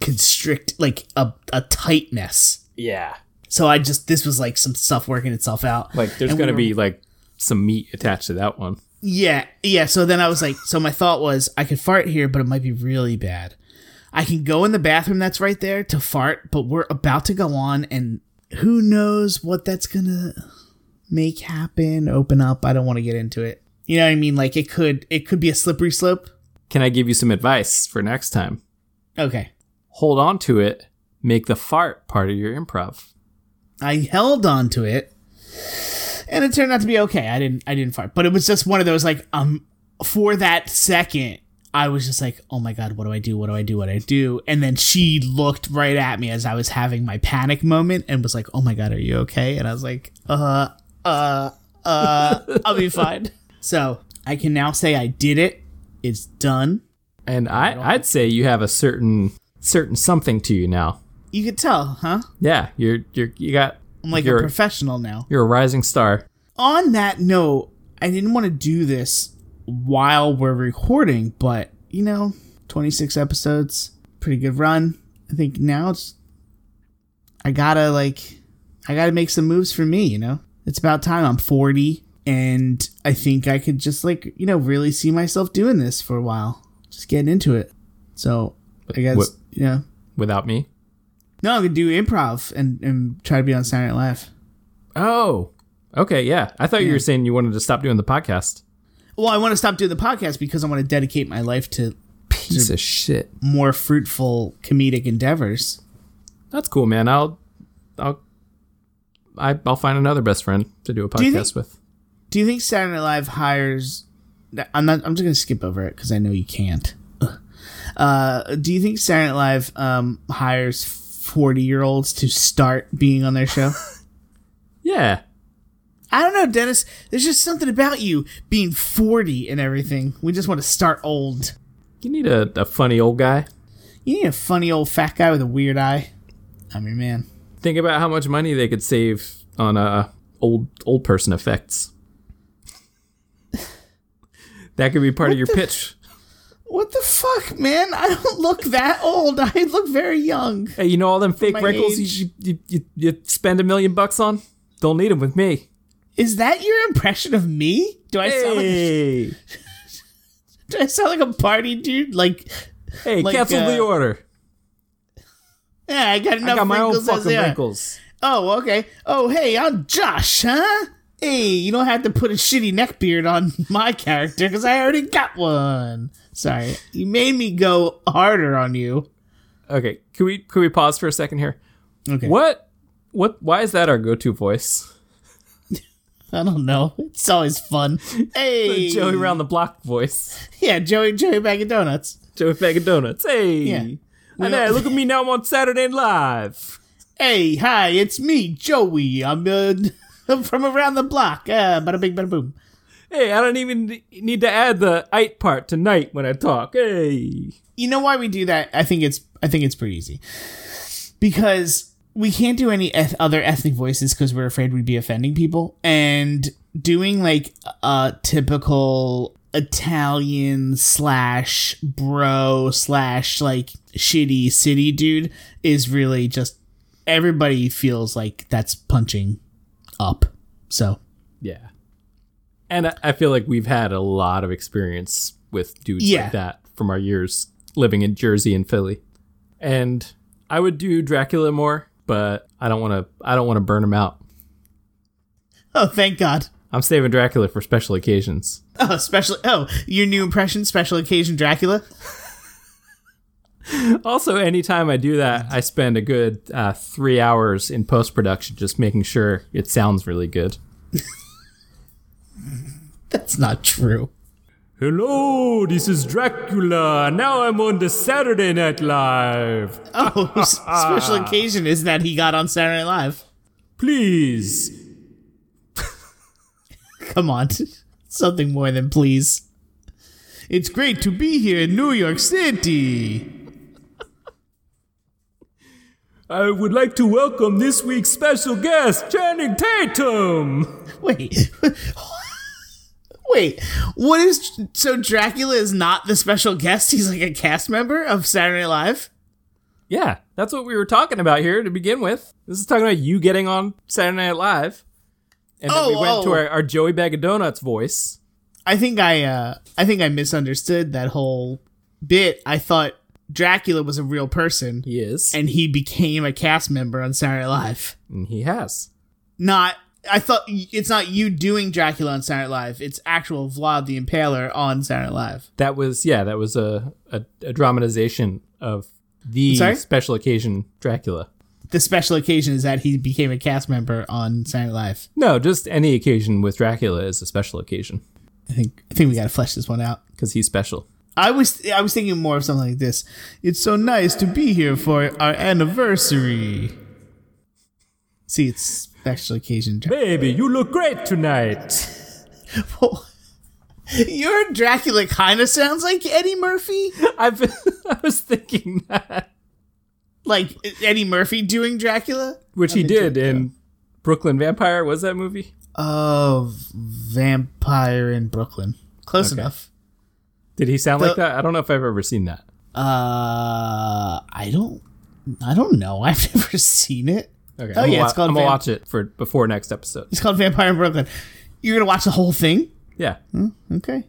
Speaker 3: constrict, like a a tightness.
Speaker 2: Yeah.
Speaker 3: So I just this was like some stuff working itself out.
Speaker 2: Like there's
Speaker 3: And we
Speaker 2: going to
Speaker 3: were-
Speaker 2: be like some meat attached to that one.
Speaker 3: yeah, yeah. So then I was like, so my thought was, I could fart here, but it might be really bad. I can go in the bathroom that's right there to fart, but we're about to go on, and who knows what that's gonna make happen, open up. I don't want to get into it. You know what I mean? Like it could, it could be a slippery slope.
Speaker 2: Can I give you some advice for next time?
Speaker 3: Okay,
Speaker 2: Hold on to it. Make the fart part of your improv.
Speaker 3: I held on to it, and it turned out to be okay. I didn't, I didn't fart, but it was just one of those like, um, for that second, I was just like, oh my god, what do I do? What do I do? What do I do? And then she looked right at me as I was having my panic moment and was like, oh my god, are you okay? And I was like, uh, uh, uh, I'll be fine. So I can now say I did it. It's done.
Speaker 2: And I, I'd say you have a certain certain something to you now.
Speaker 3: You could tell, huh?
Speaker 2: Yeah, you're you're you got
Speaker 3: I'm like
Speaker 2: You're-
Speaker 3: a professional now.
Speaker 2: you're a rising star.
Speaker 3: on that note, I didn't want to do this while we're recording, but you know, 26 episodes, pretty good run. I think now it's I gotta like I gotta make some moves for me, you know? It's about time. I'm 40 and I think I could just like, you know, really see myself doing this for a while. Just getting into it. So I guess
Speaker 2: What-
Speaker 3: you know.
Speaker 2: Without me.
Speaker 3: No, I'm gonna do improv and, and try to be on Saturday Night Live.
Speaker 2: Oh, okay, yeah. I thought you were saying you wanted to stop doing the podcast.
Speaker 3: Well, I want to stop doing the podcast because I want to dedicate my life to
Speaker 2: Piece of shit.
Speaker 3: more fruitful comedic endeavors.
Speaker 2: That's cool, man. I'll I'll I, I'll find another best friend to do a
Speaker 3: you
Speaker 2: podcast
Speaker 3: think-
Speaker 2: with.
Speaker 3: Do you think Saturday Night Live hires? I'm not. I'm just gonna skip over it because I know you can't. Ugh. Uh, do you think Saturday Night Live um, hires forty year olds to start being on their show?
Speaker 2: Yeah.
Speaker 3: I don't know, Dennis. There's just something about you being forty and everything. We just want to start old.
Speaker 2: You need a, a funny old guy.
Speaker 3: You need a funny old fat guy with a weird eye. I'm your man.
Speaker 2: Think about how much money they could save on uh old old person effects. that could be part of your pitch.
Speaker 3: What the fuck, man? I don't look that old. I look very young.
Speaker 2: Hey, you know all them fake
Speaker 3: my
Speaker 2: wrinkles
Speaker 3: age.
Speaker 2: you, you, you, you spend a million bucks on? Don't need them with me.
Speaker 3: Is that your impression of me? Do I sound like a
Speaker 2: Hey,
Speaker 3: Do I sound like a party dude? Like,
Speaker 2: hey
Speaker 3: Like,
Speaker 2: cancel the
Speaker 3: uh,
Speaker 2: order.
Speaker 3: yeah, I got enough
Speaker 2: I got my own
Speaker 3: wrinkles as
Speaker 2: fucking
Speaker 3: they are.
Speaker 2: wrinkles.
Speaker 3: Oh, okay. Oh, hey, I'm Josh, huh? hey, you don't have to put a shitty neck beard on my character because I already got one. Sorry, you made me go harder on you.
Speaker 2: Okay, can we can we pause for a second here?
Speaker 3: Okay,
Speaker 2: What what? Why is that our go-to voice?
Speaker 3: I don't know. It's always fun. Hey,
Speaker 2: Joey round the block voice.
Speaker 3: yeah, Joey, Joey Bag of Donuts.
Speaker 2: Joey bag of donuts. Hey,
Speaker 3: Yeah.
Speaker 2: and hey, look at me now. I'm on Saturday Night Live.
Speaker 3: Hey, hi, it's me, Joey. I'm uh, from around the block. Uh, bada bing, bada boom.
Speaker 2: Hey, I don't even need to add the "ite" part tonight when I talk. Hey,
Speaker 3: you know why we do that? I think it's I think it's pretty easy because we can't do any eth- other ethnic voices because we're afraid we'd be offending people. And doing like a typical Italian slash bro slash like shitty city dude is really just everybody feels like that's punching up. So
Speaker 2: yeah. And I- I feel like we've had a lot of experience with dudes
Speaker 3: Yeah.
Speaker 2: like that from our years living in Jersey and Philly. And I would do Dracula more, but I don't want to. I don't want to burn him out.
Speaker 3: oh, thank God.
Speaker 2: I'm saving Dracula for special occasions.
Speaker 3: Oh, special. Oh, your new impression, special occasion Dracula.
Speaker 2: Also, anytime I do that, I spend a good uh, three hours in post production just making sure it sounds really good.
Speaker 3: That's not true.
Speaker 2: Hello, this is Dracula. Now I'm on the Saturday Night Live.
Speaker 3: Oh, s- special occasion is that he got on Saturday Night Live.
Speaker 2: Please.
Speaker 3: Come on, something more than please. It's great to be here in New York City.
Speaker 2: I would like to welcome this week's special guest, Channing Tatum.
Speaker 3: Wait, wait, what is so? Dracula is not the special guest. He's like a cast member of Saturday Night Live.
Speaker 2: Yeah, that's what we were talking about here to begin with. This is talking about you getting on Saturday Night Live. And then we
Speaker 3: Oh,
Speaker 2: went to
Speaker 3: oh.
Speaker 2: our, our Joey Bag of Donuts voice.
Speaker 3: I think I, uh, I think I misunderstood that whole bit. I thought Dracula was a real person,
Speaker 2: He is.
Speaker 3: and he became a cast member on Saturday Night Live.
Speaker 2: And he has.
Speaker 3: not I thought it's not you doing Dracula on Saturday Night Live. It's actual Vlad the Impaler on Saturday Night Live.
Speaker 2: That was yeah, that was a a, a dramatization of the
Speaker 3: I'm sorry?
Speaker 2: special occasion Dracula.
Speaker 3: The special occasion is that he became a cast member on Saturday Night Live.
Speaker 2: No, just any occasion with Dracula is a special occasion
Speaker 3: I think I think we got to flesh this one out.
Speaker 2: because he's special.
Speaker 3: I was I was thinking more of something like this. It's so nice to be here for our anniversary. See, it's special occasion. Dra-
Speaker 2: Baby, you look great tonight.
Speaker 3: Your Dracula kind of sounds like Eddie Murphy,
Speaker 2: I've I was thinking that,
Speaker 3: like Eddie Murphy doing Dracula.
Speaker 2: which he
Speaker 3: I've
Speaker 2: did
Speaker 3: been
Speaker 2: in Brooklyn Vampire. Was that movie?
Speaker 3: of Vampire in Brooklyn. Close enough.
Speaker 2: Did he sound
Speaker 3: The-
Speaker 2: like that? I don't know if I've ever seen that.
Speaker 3: Uh, I don't, I don't know. I've never seen it.
Speaker 2: Okay.
Speaker 3: Oh,
Speaker 2: I'm gonna
Speaker 3: yeah, it's
Speaker 2: wa-
Speaker 3: called
Speaker 2: I'm gonna
Speaker 3: Vamp-
Speaker 2: watch it for before next episode.
Speaker 3: It's called Vampire in Brooklyn. You're gonna watch the whole thing?
Speaker 2: Yeah,
Speaker 3: Hmm? Okay,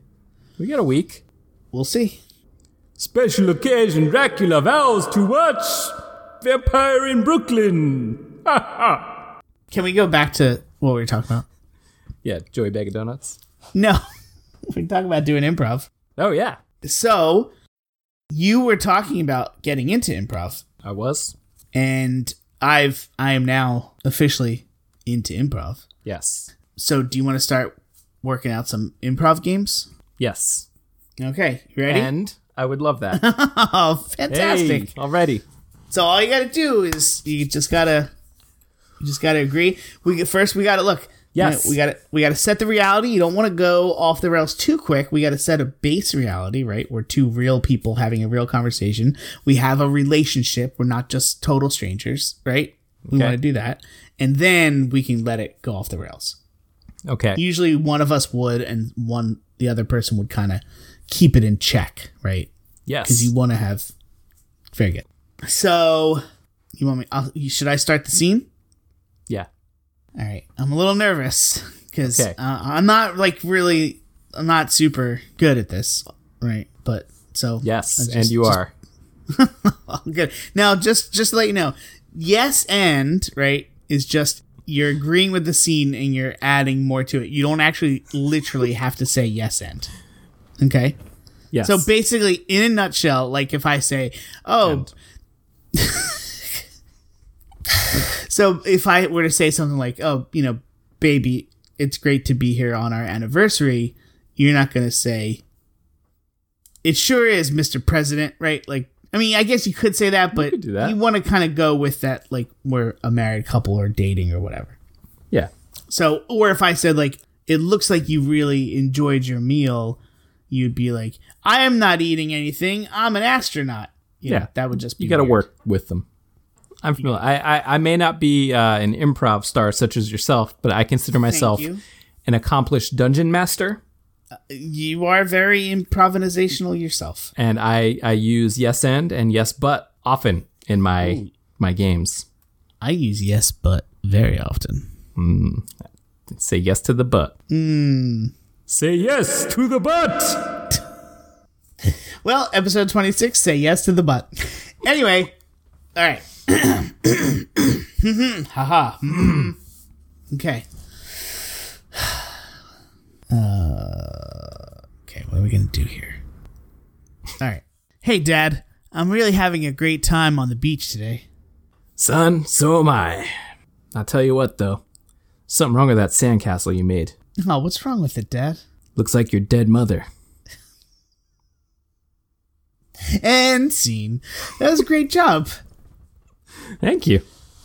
Speaker 2: we got a week.
Speaker 3: we'll see.
Speaker 2: Special occasion Dracula vows to watch Vampire in Brooklyn.
Speaker 3: Can we go back to what we were talking about?
Speaker 2: Yeah, Joey Bag of Donuts.
Speaker 3: No, we're talking about doing improv.
Speaker 2: Oh yeah,
Speaker 3: So, you were talking about getting into improv,
Speaker 2: I was.
Speaker 3: and I've, I am now officially into improv.
Speaker 2: Yes,
Speaker 3: So, do you want to start working out some improv games?
Speaker 2: yes.
Speaker 3: Okay, you ready?
Speaker 2: And I would love that.
Speaker 3: oh, fantastic!
Speaker 2: Hey, already.
Speaker 3: So all you gotta do is you just gotta, you just gotta agree. We first we gotta look.
Speaker 2: Yes.
Speaker 3: we gotta we gotta set the reality. You don't want to go off the rails too quick. We gotta set a base reality, right? We're two real people having a real conversation. We have a relationship. We're not just total strangers, right? We
Speaker 2: Okay.
Speaker 3: want to do that, and then we can let it go off the rails.
Speaker 2: Okay.
Speaker 3: Usually, one of us would, and one the other person would kind of keep it in check, right?
Speaker 2: yes.
Speaker 3: because you want to have very good. So you want me? I'll, you, should I start the scene?
Speaker 2: yeah.
Speaker 3: All right. I'm a little nervous because
Speaker 2: Okay.
Speaker 3: uh, I'm not like really. I'm not super good at this, right? But so
Speaker 2: Yes.
Speaker 3: I just-
Speaker 2: and you
Speaker 3: just-
Speaker 2: are.
Speaker 3: I'm good. Now, just just to let you know, yes, and right is just You're agreeing with the scene and you're adding more to it. You don't actually literally have to say yes and. Okay?
Speaker 2: Yes.
Speaker 3: So basically, in a nutshell, like if I say, oh,
Speaker 2: And-
Speaker 3: so if I were to say something like, oh, you know, baby, it's great to be here on our anniversary, you're not going to say, it sure is, Mr. President, right? Like, I mean, I guess you could say that, but
Speaker 2: could do that.
Speaker 3: you want to kind of go with that, like, we're a married couple or dating or whatever.
Speaker 2: yeah.
Speaker 3: So, or if I said like, it looks like you really enjoyed your meal, you'd be like, I am not eating anything. I'm an astronaut. You know,
Speaker 2: Yeah.
Speaker 3: that would just be.
Speaker 2: You got to
Speaker 3: weird.
Speaker 2: work with them. I'm familiar. I, I, I may not be uh, an improv star such as yourself, but I consider myself
Speaker 3: you.
Speaker 2: an accomplished dungeon master.
Speaker 3: You are very improvisational yourself.
Speaker 2: and I I use yes and and yes but often in my my games.
Speaker 3: I use yes, but very often.
Speaker 2: Say yes to the but.
Speaker 3: Hmm.
Speaker 2: Say yes to the but.
Speaker 3: Well, episode twenty six. Say yes to the butt. anyway, all right. Haha. okay. Uh, Okay, what are we gonna do here? All right. Hey, Dad. I'm really having a great time on the beach today.
Speaker 2: Son, so am I. I'll tell you what though. Something wrong with that sandcastle you made.
Speaker 3: Oh, what's wrong with it, Dad?
Speaker 2: Looks like your dead mother.
Speaker 3: And scene. That was a great job.
Speaker 2: Thank you.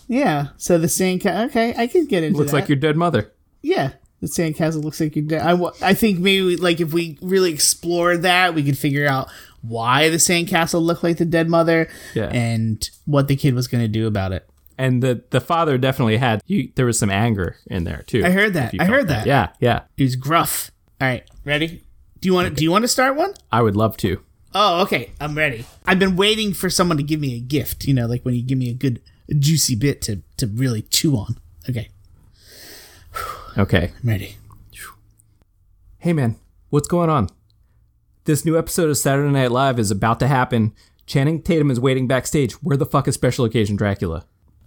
Speaker 3: Yeah. So the sand. Ca- okay, I could get into
Speaker 2: Looks
Speaker 3: that.
Speaker 2: like your dead mother.
Speaker 3: Yeah, the sandcastle looks like your dad. I, wa- I think maybe like if we really explored that, we could figure out why the sandcastle looked like the dead mother,
Speaker 2: Yeah.
Speaker 3: and what the kid was going to do about it.
Speaker 2: And the the father definitely had you there was some anger in there too.
Speaker 3: I heard that.
Speaker 2: You
Speaker 3: I
Speaker 2: felt
Speaker 3: heard that.
Speaker 2: Yeah, yeah.
Speaker 3: It was gruff. All right, ready? Do you want to do you want to start one?
Speaker 2: I would love to.
Speaker 3: Oh, okay. I'm ready. I've been waiting for someone to give me a gift. You know, like when you give me a good juicy bit to to really chew on. Okay,
Speaker 2: Okay.
Speaker 3: I'm ready.
Speaker 2: Hey man, what's going on? This new episode of Saturday Night Live is about to happen. Channing Tatum is waiting backstage. Where the fuck is Special Occasion Dracula?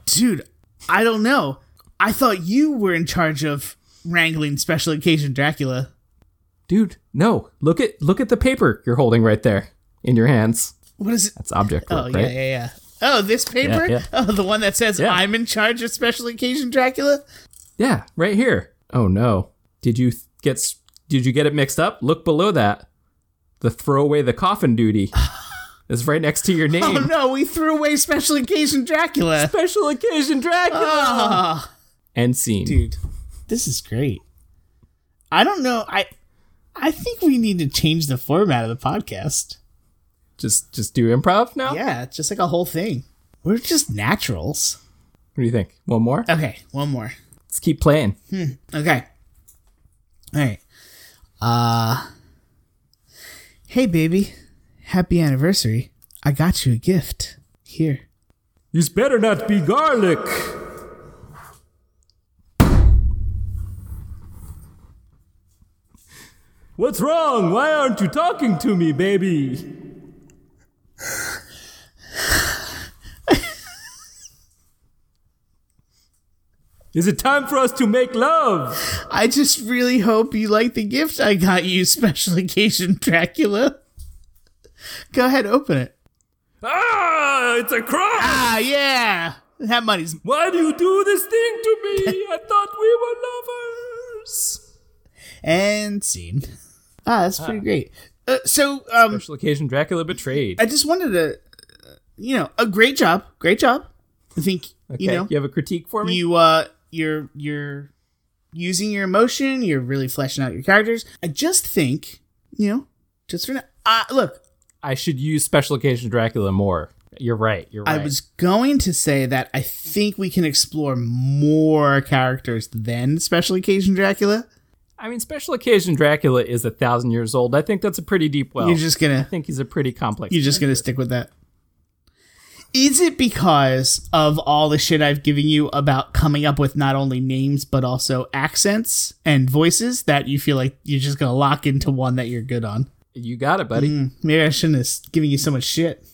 Speaker 3: dude, I don't know. I thought you were in charge of wrangling special occasion Dracula.
Speaker 2: Dude, no. Look at look at the paper you're holding right there in your hands.
Speaker 3: What is it?
Speaker 2: That's object
Speaker 3: Oh
Speaker 2: work,
Speaker 3: yeah,
Speaker 2: right?
Speaker 3: yeah, yeah. Oh, this paper?
Speaker 2: Yeah, yeah.
Speaker 3: Oh, the one that says
Speaker 2: Yeah.
Speaker 3: I'm in charge of special occasion Dracula?
Speaker 2: Yeah, right here. Oh no. Did you th- get s- did you get it mixed up? Look below that. The throw away the coffin duty is right next to your name.
Speaker 3: Oh no, we threw away special occasion Dracula.
Speaker 2: Special Occasion Dracula.
Speaker 3: Ah,
Speaker 2: Uh, End scene.
Speaker 3: dude. This is great. I don't know. I I think we need to change the format of the podcast.
Speaker 2: Just just do improv now.
Speaker 3: Yeah, just like a whole thing. We're just naturals.
Speaker 2: What do you think? One more.
Speaker 3: Okay, one more.
Speaker 2: Let's keep playing.
Speaker 3: Okay. All right. Uh Hey baby, happy anniversary. I got you a gift. Here.
Speaker 2: This better not be garlic. What's wrong? Why aren't you talking to me, baby? Is it time for us to make love?
Speaker 3: I just really hope you like the gift I got you, special occasion Dracula. Go ahead, open it.
Speaker 2: Ah, it's a crime!
Speaker 3: Ah yeah. That money's
Speaker 2: Why do you do this thing to me? I thought we were lovers.
Speaker 3: and scene. Ah, that's pretty great. Uh, so um
Speaker 2: Special occasion Dracula betrayed.
Speaker 3: I just wanted to uh, you know, a great job. Great job. I think
Speaker 2: Okay,
Speaker 3: you
Speaker 2: you,
Speaker 3: know
Speaker 2: have a critique for me?
Speaker 3: you uh you're you're using your emotion you're really fleshing out your characters i just think you know just for now uh, look
Speaker 2: I should use Special Occasion Dracula more. You're right. You're right.
Speaker 3: i was going to say that i think we can explore more characters than special occasion dracula
Speaker 2: I mean, Special Occasion Dracula is a thousand years old. I think that's a pretty deep well.
Speaker 3: you're just gonna
Speaker 2: I think he's a pretty complex.
Speaker 3: you're just gonna stick with that is it because of all the shit I've given you about coming up with not only names but also accents and voices that you feel like you're just gonna lock into one that you're good on?
Speaker 2: you got it, buddy.
Speaker 3: Mm, Maybe I shouldn't have given you so much shit.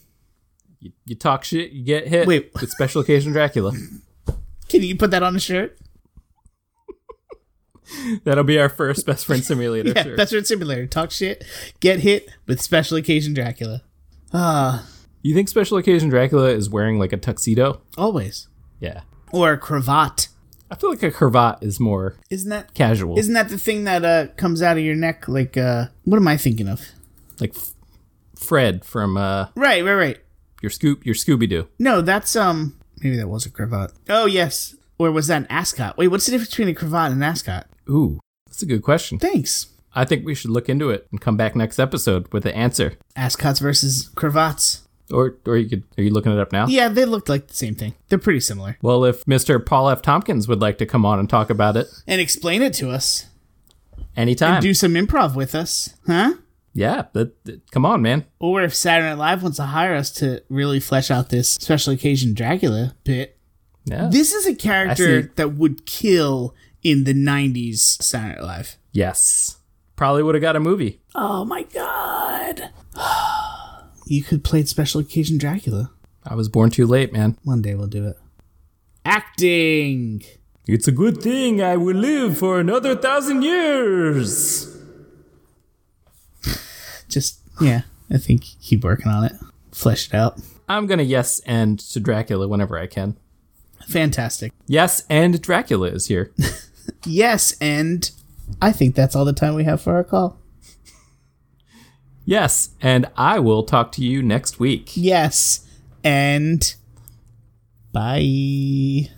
Speaker 2: You, you talk shit, you get hit.
Speaker 3: Wait.
Speaker 2: with Special Occasion Dracula.
Speaker 3: Can you put that on a shirt?
Speaker 2: That'll be our first best friend simulator.
Speaker 3: Yeah,
Speaker 2: sure.
Speaker 3: Best Friend Simulator. Talk shit, get hit with Special Occasion Dracula. Ah,
Speaker 2: You think Special Occasion Dracula is wearing like a tuxedo?
Speaker 3: always.
Speaker 2: Yeah.
Speaker 3: Or a cravat.
Speaker 2: I feel like a cravat is more
Speaker 3: Isn't that
Speaker 2: casual.
Speaker 3: Isn't that the thing that uh comes out of your neck? Like, uh, what am I thinking of?
Speaker 2: like F- Fred from uh,
Speaker 3: Right, right, right.
Speaker 2: your Scoop, your Scooby Doo.
Speaker 3: No, that's um. Maybe that was a cravat. Oh yes, or was that an ascot? Wait, what's the difference between a cravat and an ascot?
Speaker 2: Ooh, that's a good question.
Speaker 3: Thanks.
Speaker 2: I think we should look into it and come back next episode with the answer.
Speaker 3: Ascots versus cravats.
Speaker 2: Or, or you could are you looking it up now?
Speaker 3: Yeah, they looked like the same thing. They're pretty similar.
Speaker 2: Well, if Mr. Paul F. Tompkins would like to come on and talk about it
Speaker 3: And explain it to us.
Speaker 2: anytime,
Speaker 3: Do some improv with us, huh?
Speaker 2: yeah, that, that- come on, man.
Speaker 3: Or if Saturday Night Live wants to hire us to really flesh out this special occasion Dracula bit.
Speaker 2: Yeah.
Speaker 3: This is a
Speaker 2: Oh. I see.
Speaker 3: character that would kill in the 90s Saturday Night Live.
Speaker 2: yes, probably would have got a movie.
Speaker 3: Oh my god. you could play special occasion Dracula.
Speaker 2: I was born too late, man.
Speaker 3: One day we'll do it. Acting.
Speaker 2: It's a good thing I will live for another thousand years.
Speaker 3: Just yeah, I think keep working on it. Flesh it out.
Speaker 2: I'm gonna yes and to Dracula whenever I can.
Speaker 3: Fantastic.
Speaker 2: Yes, and Dracula is here.
Speaker 3: Yes, and I think that's all the time we have for our call.
Speaker 2: yes, and I will talk to you next week.
Speaker 3: Yes, and bye.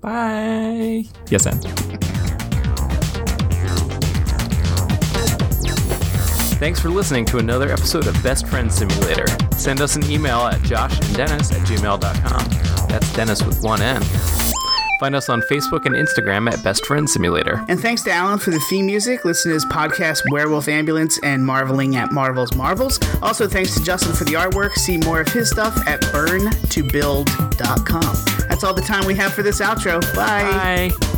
Speaker 2: Bye. Yes, and. Thanks for listening to another episode of Best Friend Simulator. Send us an email at joshanddennis at gmail.com. That's Dennis with one N. Find us on Facebook and Instagram at Best Friend Simulator.
Speaker 3: And thanks to Alan for the theme music. Listen to his podcast, Werewolf Ambulance, and Marveling at Marvel's Marvels. Also, thanks to Justin for the artwork. See more of his stuff at burntobuild.com. That's all the time we have for this outro. Bye.
Speaker 2: Bye.